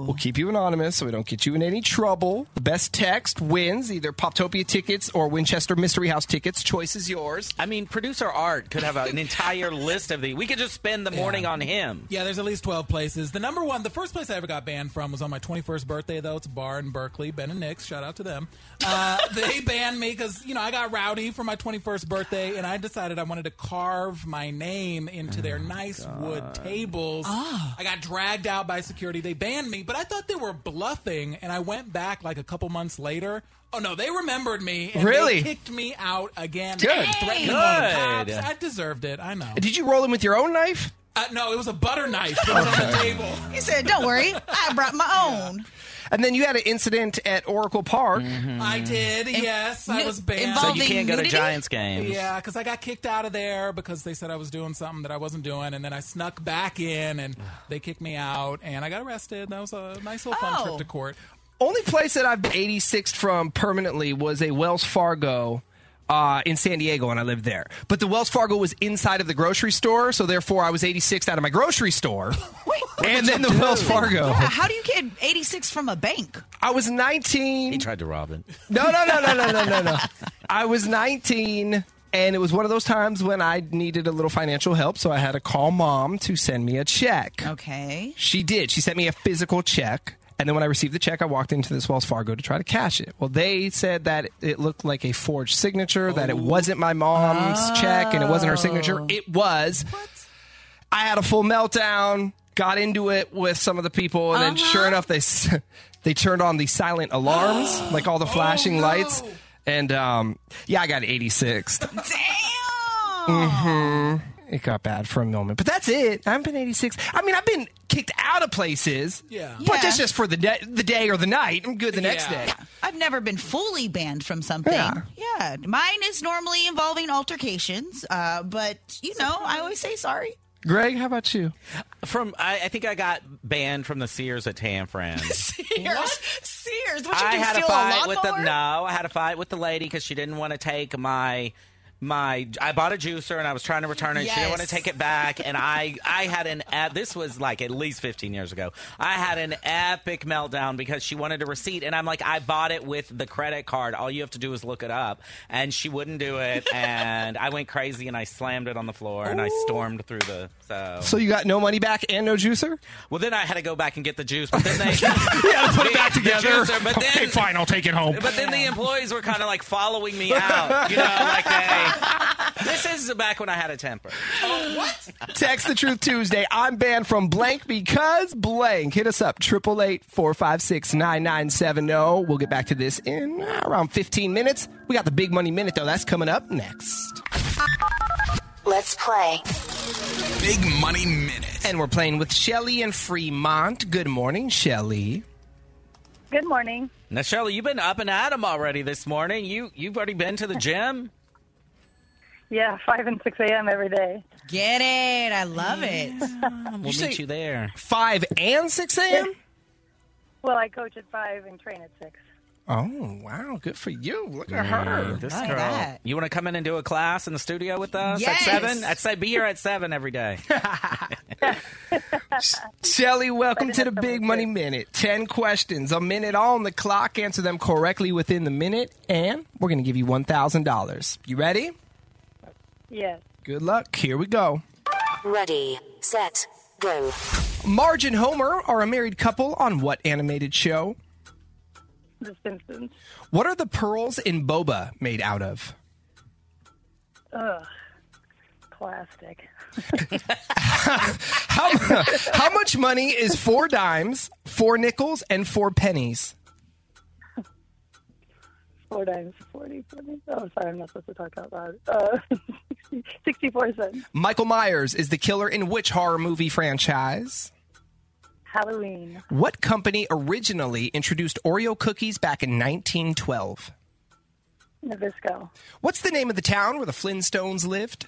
D: We'll keep you anonymous so we don't get you in any trouble. The best text wins either Poptopia tickets or Winchester Mystery House tickets. Choice is yours.
F: I mean, producer Art could have an entire list of these. We could just spend the morning on him.
A: Yeah, there's at least 12 places. The number one, the first place I ever got banned from was on my 21st birthday, though. It's a bar in Berkeley, Ben and Nick's. Shout out to them. Uh, they banned me because, you know, I got rowdy for my 21st birthday, and I decided I wanted to carve my name into
D: Oh
A: their nice wood tables. I got dragged out by security. They banned me, but I thought they were bluffing, and I went back like a couple months later. Oh, no, they remembered me. And
D: Really?
A: They kicked me out again.
D: Good.
A: Threatening
F: Good.
A: on the cops. I deserved it. I know.
D: Did you roll in with your own knife?
A: Uh, no, it was a butter knife that was on the table.
G: He said, don't worry. I brought my own.
D: And then you had an incident at Oracle Park.
A: Mm-hmm. I did, yes. I
G: nu-
A: was banned.
F: So
G: involved-
F: you
G: Involving
F: can't go to
G: nudity?
F: Giants games.
A: yeah, because I got kicked out of there because they said I was doing something that I wasn't doing, and then I snuck back in, and they kicked me out, and I got arrested. That was a nice little fun
G: Oh.
A: trip to court.
D: Only place that I've been 86 from permanently was a Wells Fargo uh, in San Diego, and I lived there. But the Wells Fargo was inside of the grocery store, so therefore I was 86 out of my grocery store. and then the Wells Fargo.
G: Yeah, how do you get 86 from a bank?
D: I was 19.
F: He tried to rob it.
D: No, no, no, no, no, no, no, no. I was 19, and it was one of those times when I needed a little financial help, so I had to call mom to send me a check.
G: Okay.
D: She did. She sent me a physical check. And then when I received the check, I walked into this Wells Fargo to try to cash it. Well, they said that it looked like a forged signature, that it wasn't my mom's check and it wasn't her signature. It was. I had a full meltdown, got into it with some of the people, and then sure enough, they s- they turned on the silent alarms, like all the flashing lights. And um, yeah, I got 86th.
G: Damn.
D: Mm-hmm. it got bad for a moment, but that's it. I've been 86. I mean, I've been kicked out of places.
A: Yeah.
D: But that's
G: Yeah.
D: just for the day, the day or the night. I'm good the next
A: Yeah.
D: day.
G: I've never been fully banned from something.
D: Yeah.
G: Yeah. Mine is normally involving altercations, uh, but, you know, I always say sorry.
D: Greg, how about you?
F: From I, I think I got banned from the Sears at Tamfran.
G: Sears. Sears. What you
F: I
G: do,
F: had a
G: steal
F: fight with the
G: lawnmower?
F: no. I had a fight with the lady because she didn't want to take my my. I bought a juicer and I was trying to return it. She didn't want to
G: Yes.
F: take it back, and I I had an ep- this was like at least fifteen years ago. I had an epic meltdown because she wanted a receipt, and I'm like, I bought it with the credit card. All you have to do is look it up, and she wouldn't do it, and I went crazy and I slammed it on the floor and I stormed through the so.
D: So you got no money back and no juicer?
F: Well, then I had to go back and get the juice, but then they
D: Yeah, put it back
F: The
D: together.
F: juicer, but
D: okay,
F: then-
D: fine, I'll take it home.
F: But then the employees were kind of like following me out, you know, like they. This is back when I had a temper.
D: Text the Truth Tuesday. I'm banned from blank because blank. Hit us up, 888 456 9970. We'll get back to this in around 15 minutes. We got the Big Money Minute, though. That's coming up next.
B: Let's play.
D: Big Money Minute. And we're playing with Shelly in Fremont. Good morning, Shelly.
L: Good morning.
F: Now, Shirley, you've been up and at 'em already this morning. You you've already been to the gym.
L: Yeah, 5 and 6 a.m. every day.
G: Get it. I love it.
F: We'll meet you there.
D: 5 and 6 a.m.?
L: Well, I coach at 5 and train at 6.
D: Oh, wow. Good for you. Look at her.
F: This girl. You want to come in and do a class in the studio with us
D: Yes.
F: at seven? I'd say be here at seven every day.
D: Shelly, welcome to the Big Money Minute. 10 questions, a minute on the clock. Answer them correctly within the minute, and we're going to give you $1,000. You ready?
L: Yes.
D: Good luck. Here we go.
B: Ready, set, go.
D: Marge and Homer are a married couple on what animated show?
L: The Simpsons.
D: What are the pearls in boba made out of?
L: Ugh. Plastic.
D: How, how much money is four dimes, four nickels, and four pennies?
L: Four times 40, 40. Oh, sorry, I'm not supposed to talk out loud. Uh, 60, 64 cents.
D: Michael Myers is the killer in which horror movie franchise?
L: Halloween.
D: What company originally introduced Oreo cookies back in 1912?
L: Nabisco.
D: What's the name of the town where the Flintstones lived?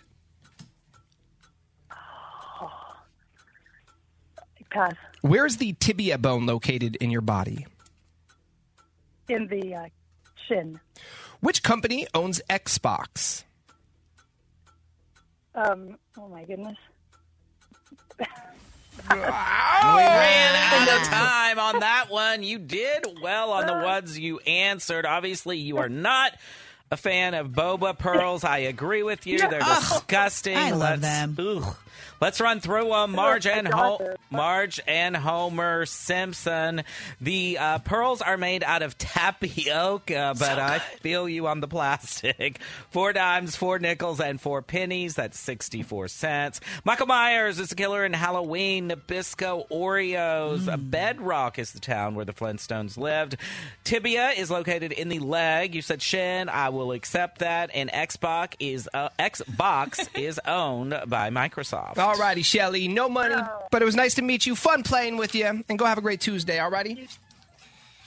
L: Pass.
D: Where's the tibia bone located in your body?
L: In the uh, shin.
D: Which company owns Xbox?
L: Um, oh, my goodness.
G: Oh,
F: We ran out of time on that one. You did well on the ones you answered. Obviously, you are not a fan of boba pearls. I agree with you. They're
G: Ugh.
F: disgusting.
G: I love
F: them. Let's run through them. Marge
G: Ugh, I
F: and
G: got
F: Ho-
G: it.
F: Marge and Homer Simpson. The uh, pearls are made out of tapioca, but I feel you on the plastic. Four dimes, four nickels, and four pennies. That's 64 cents. Michael Myers is the killer in Halloween. Nabisco Oreos. Bedrock is the town where the Flintstones lived. Tibia is located in the leg. You said shin. I will accept that. And Xbox is, uh, Xbox is owned by Microsoft.
D: Alrighty, Shelly. No money, but it was nice to meet you. Fun playing with you. And go have a great Tuesday, Alrighty.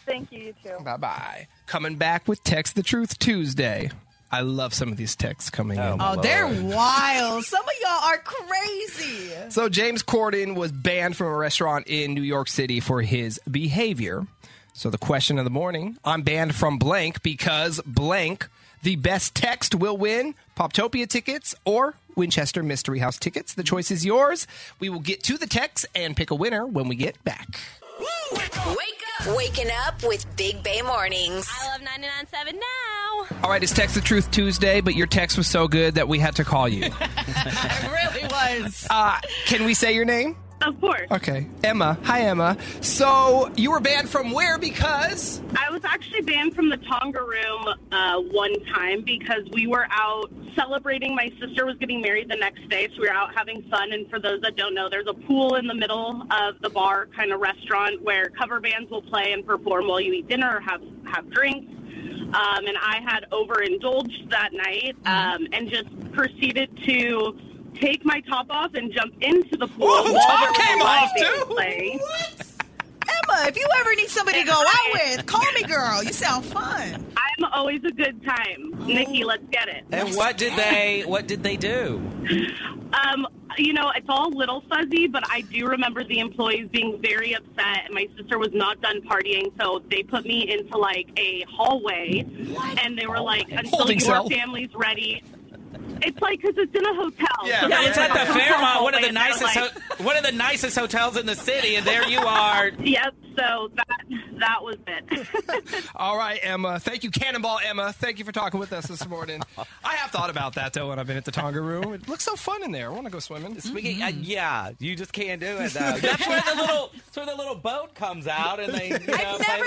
L: Thank you, you too.
D: Bye bye. Coming back with Text the Truth Tuesday. I love some of these texts coming in.
G: Oh, they're wild. Some of y'all are crazy.
D: So James Corden was banned from a restaurant in New York City for his behavior. So the question of the morning, I'm banned from blank because blank, the best text will win Poptopia tickets or Winchester Mystery House tickets. The choice is yours. We will get to the text and pick a winner when we get back.
B: Wake up. Waking up with Big Bay Mornings. I
M: love 99.7 now.
D: All right, it's Text the Truth Tuesday, but your text was so good that we had to call you.
G: It was.
D: Uh, can we say your name?
N: Of course.
D: Okay. Emma. Hi, Emma. So you were banned from where because?
N: I was actually banned from the Tonga room uh, one time because we were out celebrating. My sister was getting married the next day, so we were out having fun. And for those that don't know, there's a pool in the middle of the bar kind of restaurant where cover bands will play and perform while you eat dinner or have, have drinks. Um, and I had overindulged that night
D: Mm-hmm.
N: um, and just proceeded to take my top off and jump into the pool.
D: Oh,
G: Whoa,
N: while
G: top
N: there was
G: came
N: a live
G: off,
N: band
G: too?
N: playing.
G: Emma, if you ever need somebody to go out with, call me, girl. You sound fun. Oh.
N: I'm always a good time. Nikki, let's get it.
F: And what did they what did they do?
N: Um, you know, it's all a little fuzzy, but I do remember the employees being very upset. My sister was not done partying, so they put me into like a hallway, and they were like, "Until
F: Holding
N: your
F: cell.
N: family's ready." It's like because it's in a hotel.
F: Yeah, Oh, it's at the Fairmont, one of the nicest ho- one of the nicest hotels in the city, and there you are.
N: Yep. So that that was it.
D: All right, Emma. Thank you, Cannonball Emma. Thank you for talking with us this morning. I have thought about that though when I've been at the Tonga room. It looks so fun in there. I want to go swimming. Mm-hmm.
F: Speaking, uh, yeah, you just can't do it though. That's where the little that's where the little boat comes out, and they you know play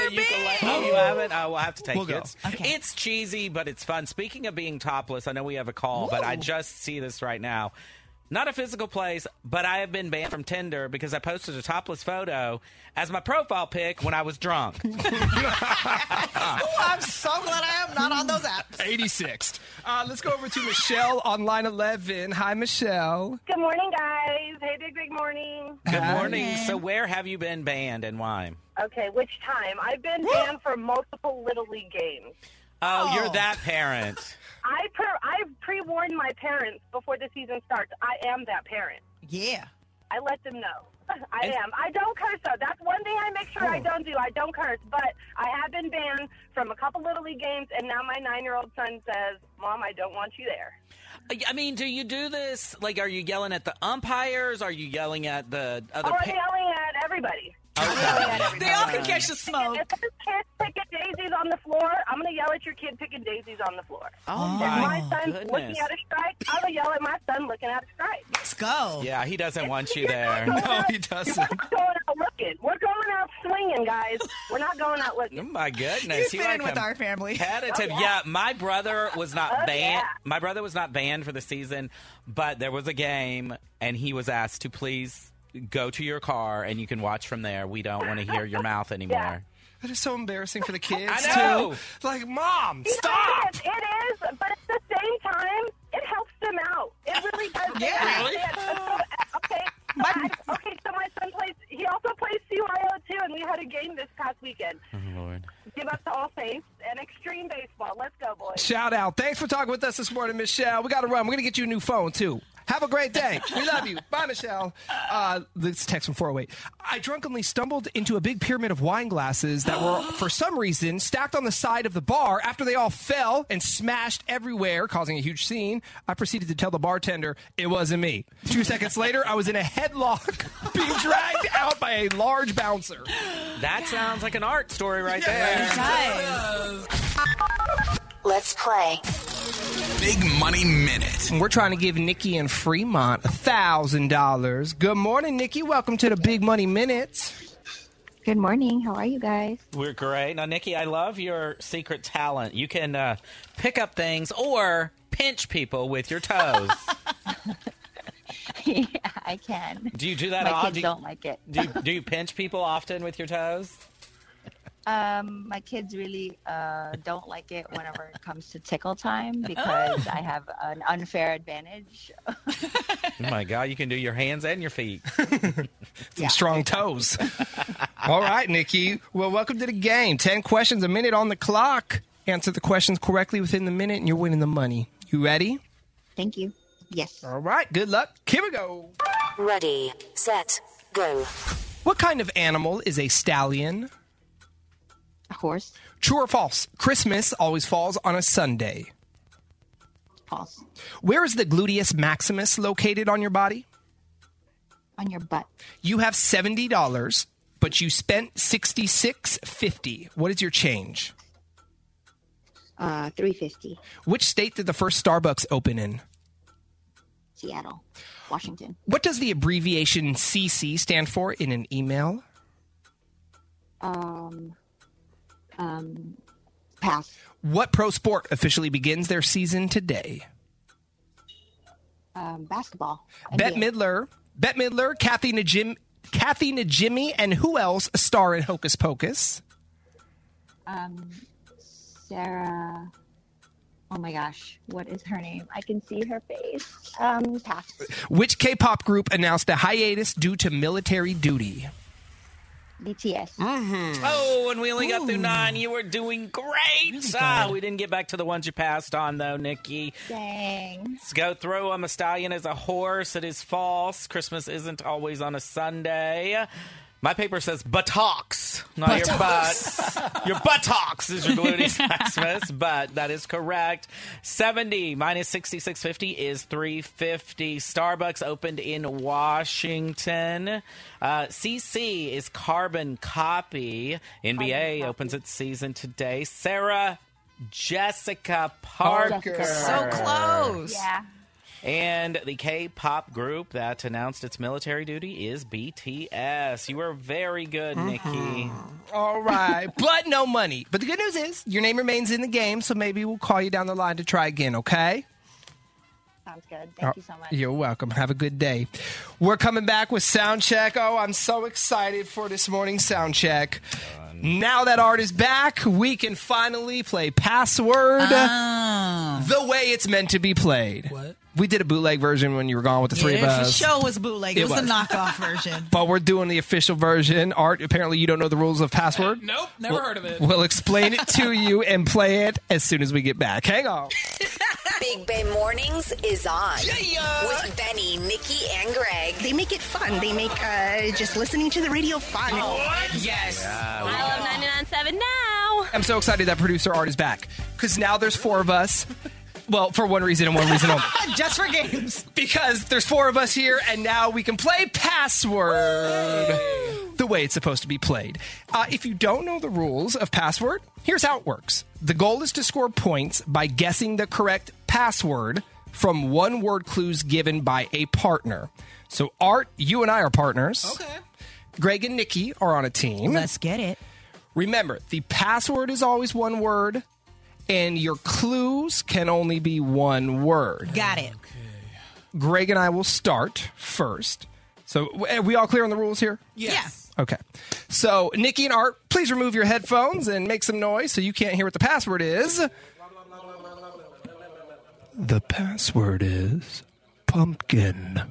F: the ukulele. Oh, you haven't? I will have to take
O: We'll
F: it.
O: go.
F: It's cheesy, but it's fun. Speaking of being topless, I know we have a call, but I just see this right now. Not a physical place, but I have been banned from Tinder because I posted a topless photo as my profile pic when I was drunk.
O: Oh, I'm so glad I am not on those apps.
D: 86th. Uh, let's go over to Michelle on line 11. Hi, Michelle.
P: Good morning, guys. Hey, big, big morning.
F: Good morning. So, where have you been banned and why?
P: Okay, which time? I've been banned for multiple Little League games.
F: Oh, you're that parent.
P: I per- I've pre-warned my parents before the season starts. I am that parent.
G: Yeah.
P: I let them know. I
F: And- Oh.
P: am. I don't curse though. That's one thing I make sure I don't do. I don't curse, but I have been banned from a couple little league games, and now my nine-year-old son says, "Mom, I don't want you there."
F: I- I mean, do you do this? Like, are you yelling at the umpires? Are you yelling at the other
P: Oh, I'm
F: pa-
P: yelling at everybody.
F: They all can catch
G: the smoke.
P: If there's kids picking daisies on the floor, I'm going to yell at your kid picking daisies on the floor.
F: Oh,
P: if
F: my
P: my son's looking
F: goodness.
P: at a strike, I'm going to yell at my son looking at a strike.
G: Let's go.
F: Yeah, he doesn't want you there.
D: No, he doesn't.
P: We're going out looking. We're going out swinging, guys. We're not going out looking.
F: Oh, My goodness,
P: You
F: you
P: fit
F: like
P: in with
F: him.
P: our family.
F: Competitive,
P: Oh,
F: yeah.
P: yeah.
F: My brother was not
P: Oh,
F: banned.
P: yeah.
F: My brother was not banned for the season, but there was a game, and he was asked to please go to your car, and you can watch from there. We don't want to hear your mouth anymore.
D: That is so embarrassing for the kids,
F: I know.
D: too. Like, mom,
P: You know,
D: stop.
P: It is, it is, but at the same time, it helps them out. It really does. They
D: Yeah.
P: have-
D: Really?
P: they have- Okay. I- okay, so my son plays, he also plays CYO too, and we had a game this past weekend.
F: Oh, Lord.
P: Give up to all faiths and extreme baseball. Let's go, boys.
D: Shout out. Thanks for talking with us this morning, Michelle. We got to run. We're going to get you a new phone, too. Have a great day. We love you. Bye, Michelle. Uh, this text from 408. I drunkenly stumbled into a big pyramid of wine glasses that were, for some reason, stacked on the side of the bar after they all fell and smashed everywhere, causing a huge scene. I proceeded to tell the bartender it wasn't me. Two seconds later, I was in a headlock being dragged out by a large bouncer.
F: That sounds like an art story right
D: there.
B: Let's play.
I: Big Money Minute.
D: And We're trying to give Nikki and Fremont thousand dollars. Good morning, Nikki. Welcome to the Big Money Minute.
Q: Good morning. How are you guys?
F: We're great. Now, Nikki, I love your secret talent. You can uh, pick up things or pinch people with your toes.
Q: yeah, I can.
F: do you do that
Q: My
F: often?
Q: kids
F: do you,
Q: don't like it.
F: do, you, do you pinch people often with your toes?
Q: Um, my kids really uh, don't like it whenever it comes to tickle time because I have an unfair advantage.
F: Oh my God, you can do your hands and your feet.
D: Some strong toes. All right, Nikki. Well, welcome to the game. Ten questions a minute on the clock. Answer the questions correctly within the minute, and you're winning the money. You ready?
Q: Thank you. Yes.
D: All right. Good luck. Here we go.
B: Ready, set, go.
D: What kind of animal is a stallion?
Q: A horse.
D: True or false? Christmas always falls on a Sunday.
Q: False.
D: Where is the gluteus maximus located on your body?
Q: On your butt.
D: You have seventy dollars, but you spent sixty six fifty. What is your change?
Q: Uh, three fifty.
D: Which state did the first Starbucks open in?
Q: Seattle, Washington.
D: What does the abbreviation CC stand for in an email?
Q: Um, um, pass.
D: What pro sport officially begins their season today?
Q: Um, basketball.
D: Bette Midler, Bette Midler, Kathy Najim, Kathy Najimy, and who else star in Hocus Pocus?
Q: Um, Sarah. Oh my gosh, what is her name? I can see her face. Um, pass.
D: Which K-pop group announced a hiatus due to military duty?
Q: BTS.
D: Mm-hmm.
F: Oh, and we only got through nine. You were doing great. Ah, we didn't get back to the ones you passed on, though, Nikki.
Q: Dang.
F: Let's go through them. A stallion is a horse. It is false. Christmas isn't always on a Sunday. My paper says buttocks, not your butt. your buttocks is your gluteus maximus, but that is correct. 70 minus 6650 is 350. Starbucks opened in Washington. Uh, CC is carbon copy. NBA opens its season today. Sarah Jessica Parker.
G: So close.
Q: Yeah.
F: And the K pop group that announced its military duty is BTS. You were very good,
D: Mm-hmm.
F: Nikki.
D: All right, but no money. But the good news is your name remains in the game, so maybe we'll call you down the line to try again. Okay?
Q: Sounds good. Thank you so much.
D: Oh, You're welcome. Have a good day. We're coming back with sound check. Oh, I'm so excited for this morning's sound check. Now that art is back, we can finally play password the way it's meant to be played. What? We did a bootleg version when you were gone with the three
G: yeah,
D: of us.
G: For sure was bootleg. It,
D: It
G: was,
D: was.
G: the knockoff version.
D: But we're doing the official version. Art, apparently you don't know the rules of password.
A: Nope, never heard of it.
D: We'll explain it to you and play it as soon as we get back. Hang on.
B: Big Bay Mornings is on with Benny, Nikki, and Greg.
R: They make it fun. They make uh, just listening to the radio fun.
M: Yes.
D: Oh, Yeah, we
M: I
D: got
M: love 99.7 now.
D: I'm so excited that producer Art is back because now there's four of us. Well, for one reason and one reason only.
G: Just for games.
D: Because there's four of us here, and now we can play password the way it's supposed to be played. Uh, if you don't know the rules of password, here's how it works the goal is to score points by guessing the correct password from one word clues given by a partner. So, Art, you and I are partners. Okay. Greg and Nikki are on a team.
G: Let's get it.
D: Remember, the password is always one word, and your clues can only be one word.
G: Got it.
D: Greg and I will start first. So, w- are we all clear on the rules here?
G: Yes.
D: Okay. So, Nikki and Art, please remove your headphones and make some noise so you can't hear what the password is. The password is pumpkin.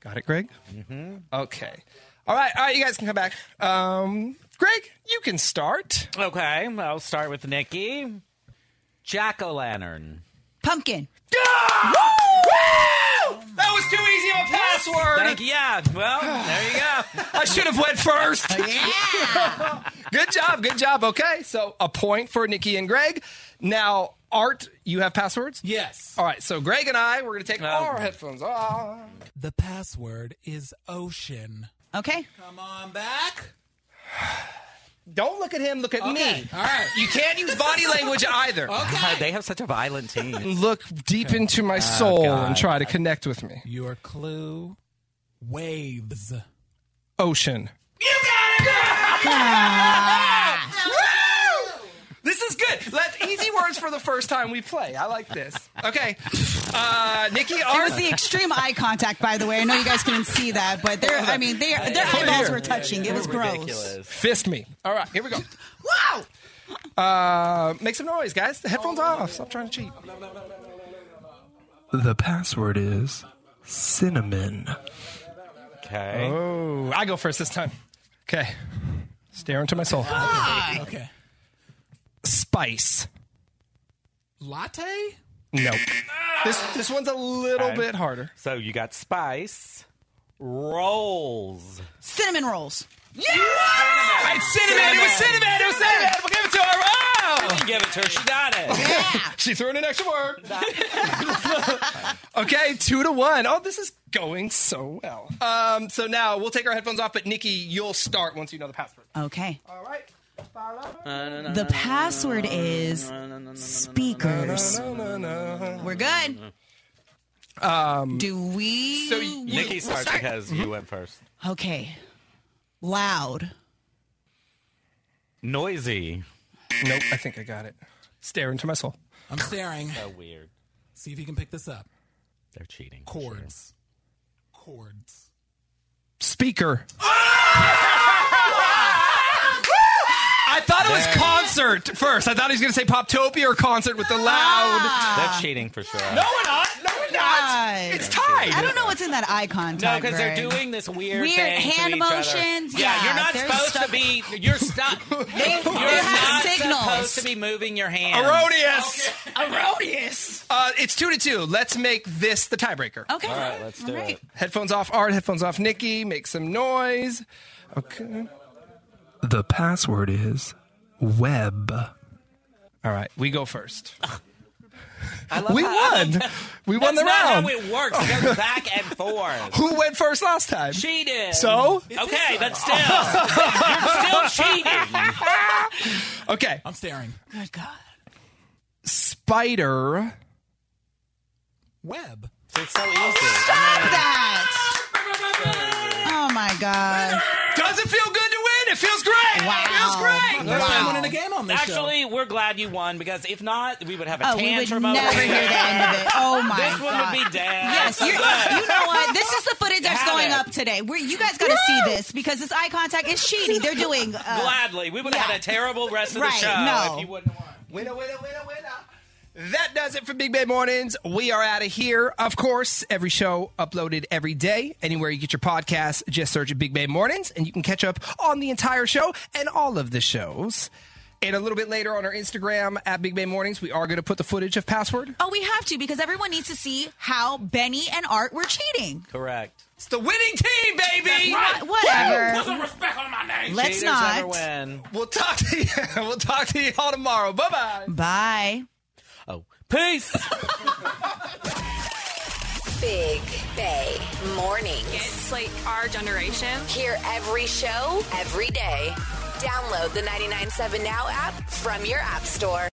D: Got it, Greg? Mm-hmm. Okay. All right. All right. You guys can come back. Um, Greg, you can start.
F: Okay, I'll start with Nikki. Jack o' lantern.
G: Pumpkin.
D: That was too easy of a password.
F: Thank you. Yeah. Well, there you go.
D: I should have went first. good job. Good job. Okay. So a point for Nikki and Greg. Now, Art, you have passwords?
A: Yes.
D: All right. So Greg and I, we're going to take all our headphones off.
A: The password is ocean.
G: Okay.
A: Come on back.
D: Don't look at him. Look at
A: Okay.
D: me.
A: All right.
D: You can't use body language either.
F: God, Uh, they have such a violent team.
D: Look deep into my
A: Ah,
F: Oh,
D: soul and
F: God.
D: try to connect with me.
A: Your clue waves.
D: Ocean.
G: Ah.
D: This is good. Let easy words for the first time we play. I like this. Okay, uh, Nikki.
G: It
D: Art.
G: was the extreme eye contact, by the way. I know you guys couldn't see that, but they're, I mean, they, their eyeballs were touching. It was gross.
D: Fist me. All right, here we go. wow. Uh, make some noise, guys. The headphones off. Stop trying to cheat. The password is cinnamon.
F: Okay.
D: Oh, I go first this time. Okay. Stare into my soul.
A: Okay.
D: Spice.
A: Latte?
D: Nope. This this one's a little bit harder.
F: So you got spice rolls.
G: Cinnamon rolls.
D: Yeah! It's cinnamon. It was cinnamon. It was cinnamon. We'll give it to her. Oh!
F: You give it to her. She got it.
D: she threw in an extra word. okay, two to one. Oh, this is going so well. Um, so now we'll take our headphones off, but Nikki, you'll start once you know the password.
G: Okay.
D: All right.
G: The password is speakers. We're good.
D: Um,
G: Do we? So
F: Nikki starts because you went first.
G: Okay. Loud.
F: Noisy.
D: Nope, I think I got it. Stare into my soul.
A: I'm staring.
F: So weird.
A: See if you can pick this up.
F: They're cheating.
A: Chords. Chords.
D: Speaker. I thought it was concert first. I thought he was going to say Poptopia or concert with the loud.
G: Ah.
F: They're cheating for sure.
D: No, we're not. No, we're not.
G: God.
D: It's tied.
G: I don't know what's in that eye contact.
F: No, because they're
G: Greg.
F: doing this weird,
G: Weird
F: thing to
G: hand
F: each other.
G: motions.
F: Yeah,
G: Yeah,
F: you're not
G: they're
F: supposed
G: stuck-
F: to be. You're stuck.
G: They-
F: you're
G: they
F: not
G: have signals.
F: supposed to be moving your hand.
D: Erroneous.
G: Erroneous.
D: Uh, it's two to two. Let's make this the tiebreaker.
G: Okay.
F: All right, let's do it.
D: Headphones off Art, headphones off Nikki, make some noise. Okay. The password is web. All right, we go first. we won. We won
F: That's
D: the
F: not
D: round.
F: how it works. It goes back and forth.
D: Who went first last time?
F: She did.
D: So?
F: okay, but still, you're still cheating.
D: Okay.
A: I'm staring.
G: Good God.
D: Spider.
A: Web.
F: It's so easy.
G: Stop that. Oh my God.
D: Does it feel good to win? It feels great.
G: Wow.
D: It feels great.
A: First time
G: Wow.
A: winning a game on this show.
F: Actually, we're glad you won because if not, we would have a
G: Oh, we would
F: tantrum over
G: never
F: here.
G: hear the end of it. Oh my
F: this one would
G: God.
F: be so
G: You're-
F: good.
G: You know what? This is the footage that's
F: Have
G: going
F: it.
G: up today. We're, you guys got to see this because this eye contact is shady. They're doing. Uh,
F: Gladly, we would have had a terrible rest of
G: Right,
F: the show
G: no.
F: if you wouldn't.
D: Winner, winner, winner, winner. That does it for Big Bay Mornings. We are out of here. Of course, every show uploaded every day. Anywhere you get your podcasts, just search Big Bay Mornings and you can catch up on the entire show and all of the shows. And a little bit later on our Instagram at Big Bay Mornings, we are going to put the footage of Password.
G: oh, we have to because everyone needs to see how Benny and Art were cheating.
F: Correct.
D: It's the winning team, baby.
G: That's right. Whatever.
D: Woo!
A: respect on my name.
G: Let's
F: Cheaters
G: not.
F: never win.
D: We'll talk to you. We'll talk to you all tomorrow. Bye bye.
G: Bye.
F: Oh, peace.
B: Big Bay Mornings. It's like our generation. Hear every show, every day. Download the 997 Now app from your App Store.